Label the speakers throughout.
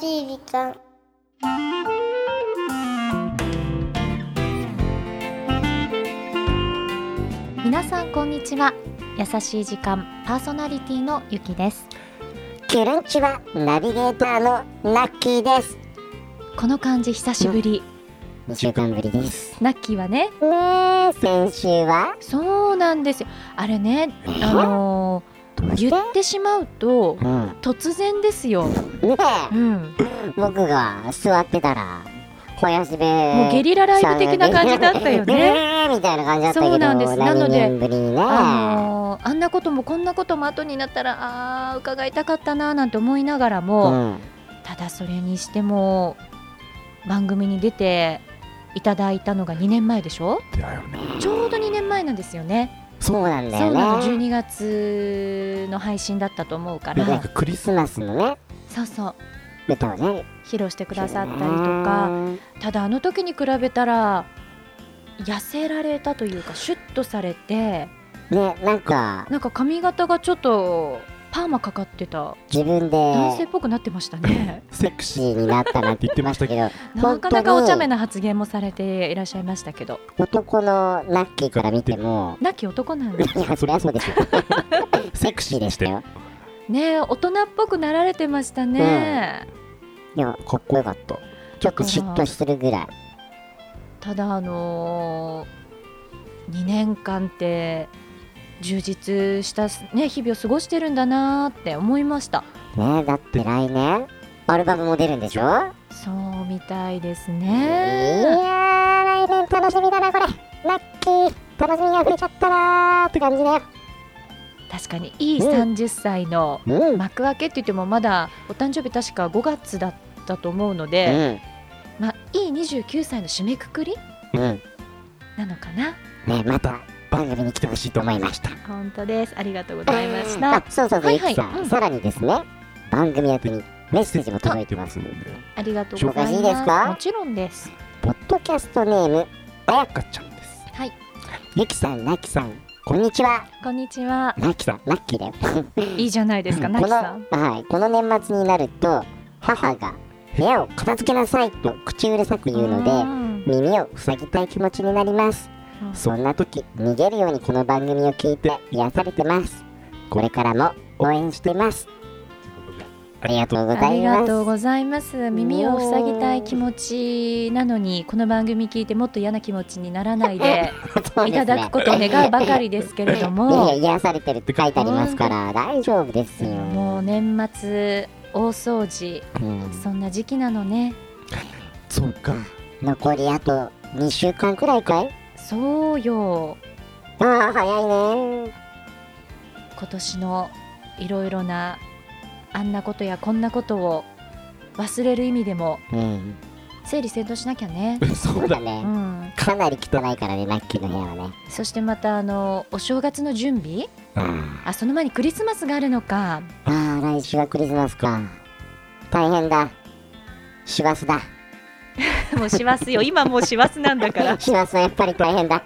Speaker 1: しい時間
Speaker 2: 皆さんこんにちは優しい時間パーソナリティのゆきです
Speaker 1: キュルンチはナビゲーターのナッキーです
Speaker 2: この感じ久しぶり、
Speaker 1: 2週間ぶりです
Speaker 2: ナッキーはね
Speaker 1: ねえ先週は
Speaker 2: そうなんですよあれね
Speaker 1: え
Speaker 2: あの
Speaker 1: ど
Speaker 2: ー
Speaker 1: うして
Speaker 2: 言ってしまうと
Speaker 1: うん
Speaker 2: 突然ですよ、
Speaker 1: ね
Speaker 2: うん、
Speaker 1: え僕が座ってたら小安部
Speaker 2: も
Speaker 1: も
Speaker 2: うゲリラライブ的な感じだったよね
Speaker 1: ねえみたいな感じだったけど
Speaker 2: そうなんですなので
Speaker 1: 何年ぶりにね
Speaker 2: あのーあんなこともこんなことも後になったらあー伺いたかったなーなんて思いながらも、
Speaker 1: うん
Speaker 2: ただそれにしても番組に出ていただいたのが2年前でしょ
Speaker 3: だよね
Speaker 2: ちょうど2年前なんですよね
Speaker 1: そうなんだ
Speaker 2: そうな
Speaker 1: よ
Speaker 2: の
Speaker 1: ね
Speaker 2: 12月の配信だったと思うか
Speaker 3: なん
Speaker 2: ら
Speaker 3: かクリ
Speaker 1: クリ
Speaker 3: ス
Speaker 1: スマスのね
Speaker 2: そうそう
Speaker 1: 歌をね
Speaker 2: 披露してくださったりとかただあの時に比べたら痩せられたというかシュッとされて
Speaker 1: ねなんか
Speaker 2: なんか髪型がちょっとパーマかかってた
Speaker 1: 自分で
Speaker 2: 男性っぽくなってましたね。
Speaker 3: セク
Speaker 1: シ
Speaker 3: シー
Speaker 1: ーになったなって言ってましたけど
Speaker 2: なかなかお茶目な発言もされていらっしゃいましたけど、
Speaker 1: 男のラッキーから見ても
Speaker 2: なき男なんで
Speaker 1: いやそりゃそうですよセクシーでしたよ
Speaker 2: ねえ、大人っぽくなられてましたね。
Speaker 1: でも
Speaker 3: かっこよかった
Speaker 1: ちょっと嫉妬するぐらい
Speaker 2: ただあのー、2年間って充実した、ね、日々を過ごしてるんだなーって思いました。
Speaker 1: ねだって来年アルバムも出るんでしょ
Speaker 2: そうみたいです
Speaker 1: い
Speaker 2: ね。
Speaker 1: やー来年楽しみだなこれラッキー楽しみが溢れちゃったなーって感じだよ
Speaker 2: 確かにいい
Speaker 1: うん
Speaker 2: 30歳の
Speaker 1: うんうん
Speaker 2: 幕開けって言ってもまだお誕生日確か5月だったと思うので、まあ、いい29歳の締めくくり
Speaker 1: うん
Speaker 2: なのかな。
Speaker 1: ねまた番組に来てほしいと思いました
Speaker 2: 本当です。ありがとうございまし
Speaker 1: あ
Speaker 2: た。
Speaker 1: そうそうそう、
Speaker 2: はい
Speaker 1: ゆ
Speaker 2: はい
Speaker 1: きさん、
Speaker 2: うん
Speaker 1: さらにですね番組宛てにメッセージも届いてます
Speaker 3: んで
Speaker 2: ありがとうござ
Speaker 1: 紹
Speaker 2: います。
Speaker 1: 介いいですか
Speaker 2: もちろんです。
Speaker 1: ポッドキャストネームあや
Speaker 3: 赤ちゃんです
Speaker 2: はい。
Speaker 1: ゆきさんなきさんこんにちは
Speaker 2: こんにちは。
Speaker 3: ナキさん
Speaker 1: ラッキーだよ
Speaker 2: いいじゃないです か、
Speaker 1: こ
Speaker 2: なき
Speaker 1: の
Speaker 2: さん。
Speaker 1: はい、この年末になると母が部屋を片付けなさいと口うるさく言うので
Speaker 2: で、
Speaker 1: 耳を塞ぎたい気持ちになります
Speaker 2: うん
Speaker 1: そんな時逃げるようにこの番組を聞いて癒されてますこれからも応援してますありがとうご
Speaker 2: あ
Speaker 1: ざ
Speaker 2: り
Speaker 1: いま
Speaker 2: が
Speaker 1: す
Speaker 2: とうございます。耳を塞ぎたい気持ちなのに、この番組聞いてもっと嫌な気持ちにならないで
Speaker 1: そう
Speaker 2: い
Speaker 1: ですね
Speaker 2: ただくことを願うばかりですけれど
Speaker 1: いや
Speaker 2: も、
Speaker 1: いや癒されてるって書いてありますから大丈夫ですよ
Speaker 2: もう年末大掃除、
Speaker 1: うん
Speaker 2: そんな時期なのね。
Speaker 3: そうか
Speaker 1: 残りあと2週間くらいかい
Speaker 2: そうよ。
Speaker 1: ああ早いね
Speaker 2: 今年のいろいろなあんなことやこんなことを忘れる意味でも
Speaker 1: うん
Speaker 2: 整理整頓しなきゃね。
Speaker 3: そ
Speaker 1: そう
Speaker 3: うだ
Speaker 1: だね、
Speaker 2: うん。
Speaker 1: かなり汚いからねラッキーの部屋はね
Speaker 2: そしてまたあのお正月の準備
Speaker 1: あ
Speaker 2: あその前にクリスマスがあるのか
Speaker 1: あー来週はクリスマスか大変だ師走 だ
Speaker 2: もう師走よ今もう師走なんだから
Speaker 1: 師走はやっぱり大変だ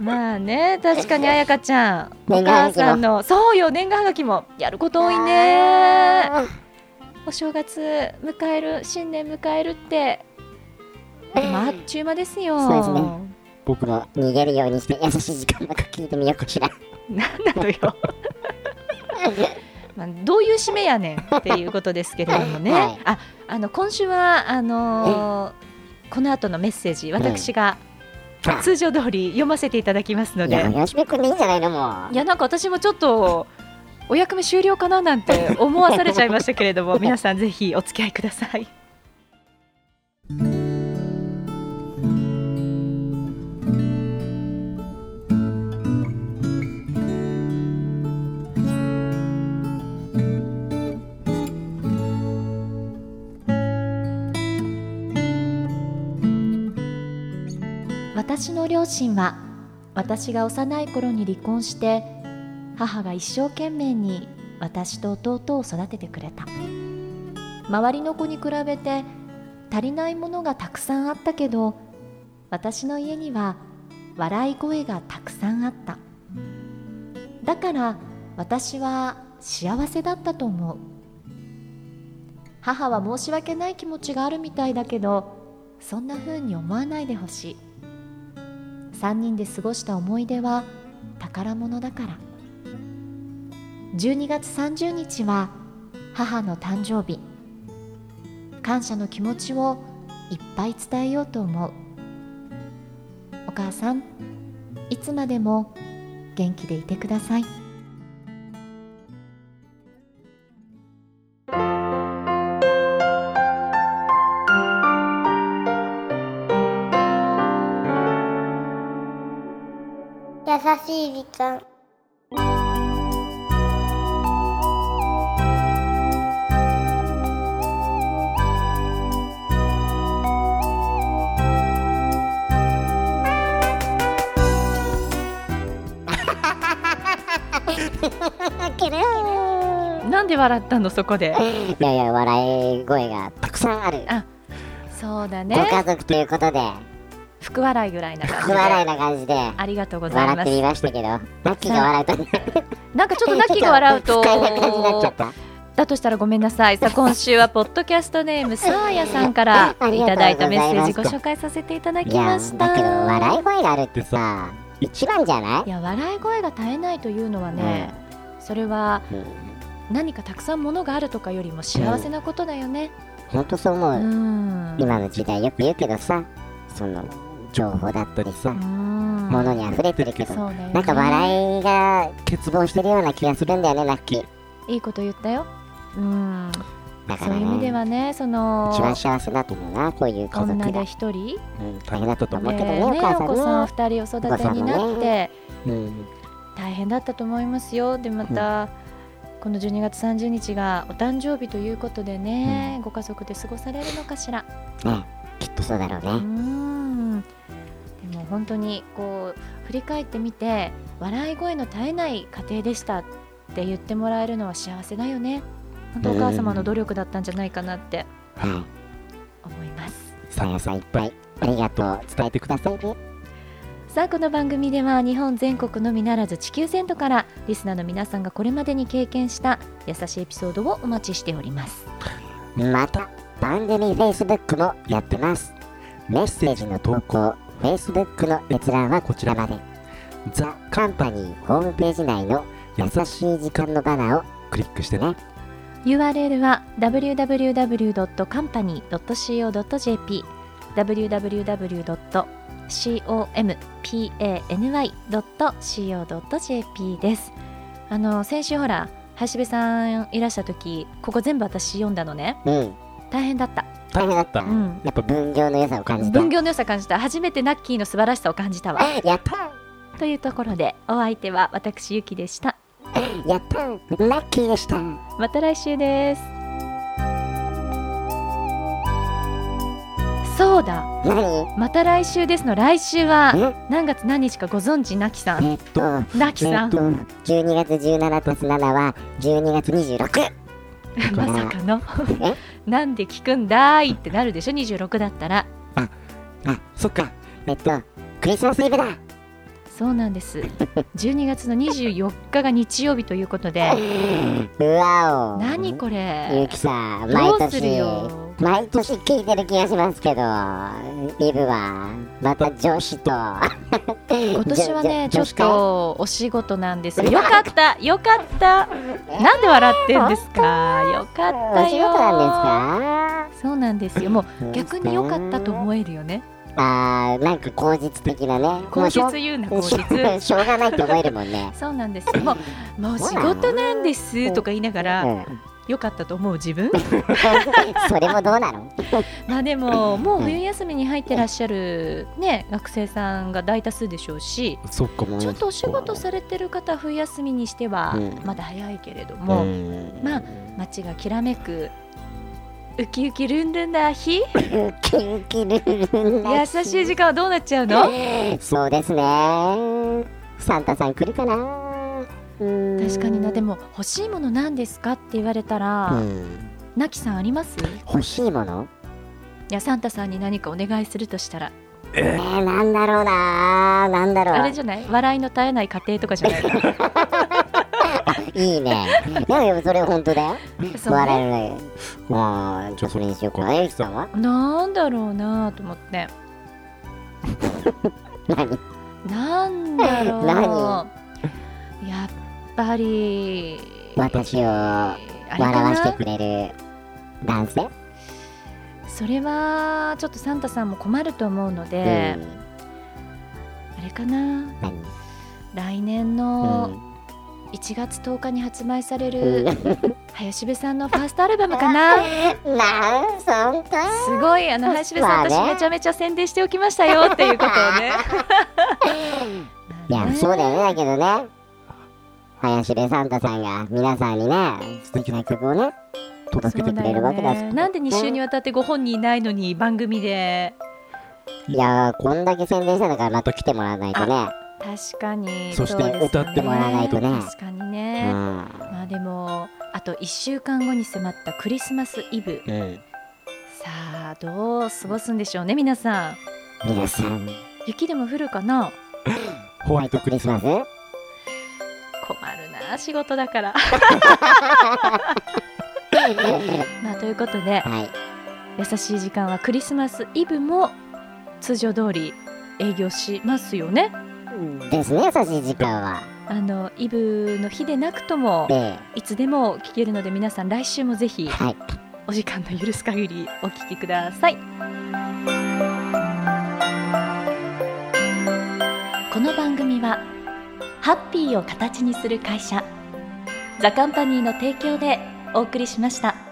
Speaker 2: まあね確かにあやかちゃんお
Speaker 1: 年賀は
Speaker 2: 母
Speaker 1: がきも
Speaker 2: さんのそうよ年賀はがきもやること多いね
Speaker 1: あ
Speaker 2: お正月迎える新年迎えるってでもあっちゅう間ですよ
Speaker 1: そうですね僕も逃げるようにして優しい時間ばっか聞いてみようかしら
Speaker 2: なんなのよ、 まあ、どういう締めやねんっていうことですけれどもね、
Speaker 1: はい
Speaker 2: ああの今週はあのーこの後のメッセージ私が
Speaker 1: あ
Speaker 2: 通常通り読ませていただきますの
Speaker 1: い
Speaker 2: で
Speaker 1: や吉部君でいいんじゃないのもう
Speaker 2: いやなんか私もちょっとお役目終了かななんて思わされちゃいましたけれど も皆さんぜひお付き合いください私の両親は私が幼い頃に離婚して母が一生懸命に私と弟を育ててくれた周りの子に比べて足りないものがたくさんあったけど私の家には笑い声がたくさんあっただから私は幸せだったと思う母は申し訳ない気持ちがあるみたいだけどそんな風に思わないでほしい3人で過ごした思い出は宝物だから12月30日は母の誕生日感謝の気持ちをいっぱい伝えようと思うお母さんいつまでも元気でいてください
Speaker 4: 優しい時間
Speaker 1: ける
Speaker 2: なんで笑ったのそこで
Speaker 1: いやいや笑い声がたくさんある
Speaker 2: あそうだ
Speaker 1: ご
Speaker 2: ね
Speaker 1: 家族ということで
Speaker 2: 福笑いぐらいな感じ
Speaker 1: 不
Speaker 2: で
Speaker 1: 笑いな感じで
Speaker 2: ありがとうござい
Speaker 1: 笑
Speaker 2: ま
Speaker 1: ってみ
Speaker 2: す
Speaker 1: ましたけどラッキーが笑うとち
Speaker 2: なんかちょっとナッキーが笑うと
Speaker 1: 不快な感じになっちゃった
Speaker 2: だとしたらごめんなさ いさあ今週はポッドキャストネームさあやさんから
Speaker 1: あり
Speaker 2: い
Speaker 1: がとうございました
Speaker 2: ただいたメッセージご紹介させていただ
Speaker 1: い
Speaker 2: き
Speaker 1: や
Speaker 2: ました
Speaker 1: だけど笑い声があるってさ一番じゃない
Speaker 2: いや笑い声が絶えないというのはね、それは
Speaker 1: うん
Speaker 2: 何かたくさんものがあるとかよりも幸せなことだよね、
Speaker 1: ほんとそう思
Speaker 2: う
Speaker 1: う、
Speaker 2: ん
Speaker 1: 今の時代よく言うけどさその情報だったりさ、
Speaker 2: うん
Speaker 1: 物に溢れてるけど、
Speaker 2: そうだよね
Speaker 1: なんか笑いが欠乏してるような気がするんだよねラッキー
Speaker 2: いいこと言ったようん
Speaker 1: だか
Speaker 2: そう
Speaker 1: ら
Speaker 2: いう意味で
Speaker 1: ね
Speaker 2: はねその
Speaker 1: 一番幸せだと思うなこういう家族が、
Speaker 2: 女
Speaker 1: う
Speaker 2: で一人
Speaker 1: ん、大変だったと思うけどね
Speaker 2: で
Speaker 1: お
Speaker 2: ねお
Speaker 1: 母
Speaker 2: 子さ
Speaker 1: さ
Speaker 2: ん
Speaker 1: んね
Speaker 2: 二人お育てになっ
Speaker 1: お母さんも
Speaker 2: て
Speaker 1: うん
Speaker 2: 大変だったと思いますよでまた、この12月30日がお誕生日ということでね、ご家族で過ごされるのかしら
Speaker 1: ねきっとそうだろう
Speaker 2: うー
Speaker 1: ね、
Speaker 2: んでも本当にこう振り返ってみて笑い声の絶えない家庭でしたって言ってもらえるのは幸せだよね本当お母様の努力だったんじゃないかなって
Speaker 1: はい
Speaker 2: 思います
Speaker 1: さやさんいっぱいありがとう伝えてくださいね
Speaker 2: さあこの番組では日本全国のみならず地球全土からリスナーの皆さんがこれまでに経験した優しいエピソードをお待ちしております
Speaker 1: また番組 Facebook もやってますメッセージの投稿 Facebook の閲覧はこちらまでザ・カンパニーホームページ内の優しい時間のバナーをクリックしてね
Speaker 2: URL は www.company.co.jp www.company.co.jp ですあの先週ほら林部さんいらした時ここ全部私読んだのね
Speaker 1: うん
Speaker 2: 大変だった、
Speaker 1: 大変だった、
Speaker 2: うん、
Speaker 1: やっぱ分業の良さを感じた
Speaker 2: 分業の良さ感じた初めてナッキーの素晴らしさを感じたわ
Speaker 1: やった
Speaker 2: というところでお相手は私ゆきでした
Speaker 1: やったラッキーでした
Speaker 2: また来週ですそうだ
Speaker 1: 何
Speaker 2: また来週ですの来週は
Speaker 1: え
Speaker 2: 何月何日かご存知なきさん
Speaker 1: えっと
Speaker 2: なきさ
Speaker 1: えっ
Speaker 2: ん
Speaker 1: と12月17たす7は12月26
Speaker 2: まさかの
Speaker 1: え
Speaker 2: なんで聞くんだいってなるでしょ26だったら
Speaker 1: あそっかえっとクリスマスイブだ
Speaker 2: そうなんです12月の24日が日曜日ということで
Speaker 1: うわお
Speaker 2: 何こ
Speaker 1: ゆ
Speaker 2: れ
Speaker 1: うきさん、毎
Speaker 2: どうする
Speaker 1: 年
Speaker 2: よ
Speaker 1: 毎年聞いてる気がしますけど、イブはまた上司と今
Speaker 2: 今年はねちょっ
Speaker 1: 女
Speaker 2: とお仕事なんですよよかったよかったなんで笑ってんですかよか
Speaker 1: 子会
Speaker 2: っ
Speaker 1: お
Speaker 2: た
Speaker 1: 仕
Speaker 2: よ
Speaker 1: 事なんで
Speaker 2: そうなんですよも
Speaker 1: すか
Speaker 2: う逆に良かったと思
Speaker 1: え
Speaker 2: えるよね
Speaker 1: あーなんか口実的なね
Speaker 2: 口
Speaker 1: も
Speaker 2: 実
Speaker 1: うし
Speaker 2: 言うな
Speaker 1: ょう
Speaker 2: 口実
Speaker 1: しょうがないと思えるもんね
Speaker 2: そうなんですよもうもう仕事なんですとか言いなが
Speaker 1: う
Speaker 2: ら
Speaker 1: ん
Speaker 2: 良かったと思う自分
Speaker 1: それもどうなの
Speaker 2: まあでももう冬休みに入ってらっしゃるね学生さんが大多数でしょうし
Speaker 3: そっかもう
Speaker 2: ちょっとお仕事されてる方冬休みにしては
Speaker 1: うん
Speaker 2: まだ早いけれども、
Speaker 1: ん
Speaker 2: まあ街がきらめくウキウキルンルンな日優
Speaker 1: ウキウキルルな
Speaker 2: しい時間はどうなっちゃうの
Speaker 1: そうですねサンタさん来るかな確
Speaker 2: 確かになでも欲しいものなんですかって言われたら、
Speaker 1: うん
Speaker 2: なきさんありますい
Speaker 1: 欲しいもの
Speaker 2: やサンタさんに何かお願いするとしたら
Speaker 1: えー、なんだろうなーなんだろう
Speaker 2: あれじゃない笑いの絶えない家庭とかじゃない
Speaker 1: いいね。なんかそれ本当だよ。
Speaker 2: そうね
Speaker 1: 笑えるのよ。ああ、じゃあそれにしようか。えゆきさんは
Speaker 2: なんだろうなと思って
Speaker 1: 何
Speaker 2: なんだろう
Speaker 1: 何
Speaker 2: やっぱり
Speaker 1: 私を
Speaker 2: あ
Speaker 1: 笑
Speaker 2: れか
Speaker 1: わして
Speaker 2: な
Speaker 1: くれる男性
Speaker 2: それはちょっとサンタさんも困ると思うの
Speaker 1: う
Speaker 2: で、
Speaker 1: ん。
Speaker 2: あれかな
Speaker 1: 何
Speaker 2: 来年
Speaker 1: う
Speaker 2: の
Speaker 1: ん
Speaker 2: 1月10日に発売され
Speaker 1: う
Speaker 2: る
Speaker 1: ん。
Speaker 2: 林部さんのファーストアルバムか
Speaker 1: な
Speaker 2: な
Speaker 1: ん、そんな。
Speaker 2: すごいあの林部さん
Speaker 1: まあね
Speaker 2: 私めちゃめちゃ宣伝しておきました よっていうことをね
Speaker 1: いや、そうだよね、だけどね。林部サンタさんが皆さんにね、素敵な曲をね、届けてくれるわけだし。
Speaker 2: そうだよねなんで2週にわたってご本人いないのに番組で
Speaker 1: いやー、こんだけ宣伝したんだから、また来てもらわないとね。
Speaker 2: 確かに
Speaker 3: そして
Speaker 2: うですよね
Speaker 3: 歌って
Speaker 1: もらわないとね
Speaker 2: 確かに
Speaker 1: う
Speaker 2: ね、
Speaker 1: ん。
Speaker 2: まあでもあと1週間後に迫ったクリスマスイブ
Speaker 1: うん。
Speaker 2: さあどう過ごすんでしょうね皆さん
Speaker 1: 皆さん、
Speaker 2: 雪でも降るかな
Speaker 1: ホワイトクリスマス
Speaker 2: 困るな仕事だから まあということで
Speaker 1: はい。
Speaker 2: 優しい時間はクリスマスイブも通常通り営業しますよね
Speaker 1: ですね、優しい時間は。
Speaker 2: あのイブの日でなくとも
Speaker 1: え
Speaker 2: いつでも聞けるので皆さん来週もぜひ
Speaker 1: えはい。
Speaker 2: お時間の許す限りお聞きくださいこの番組はハッピーを形にする会社ザカンパニーの提供でお送りしました。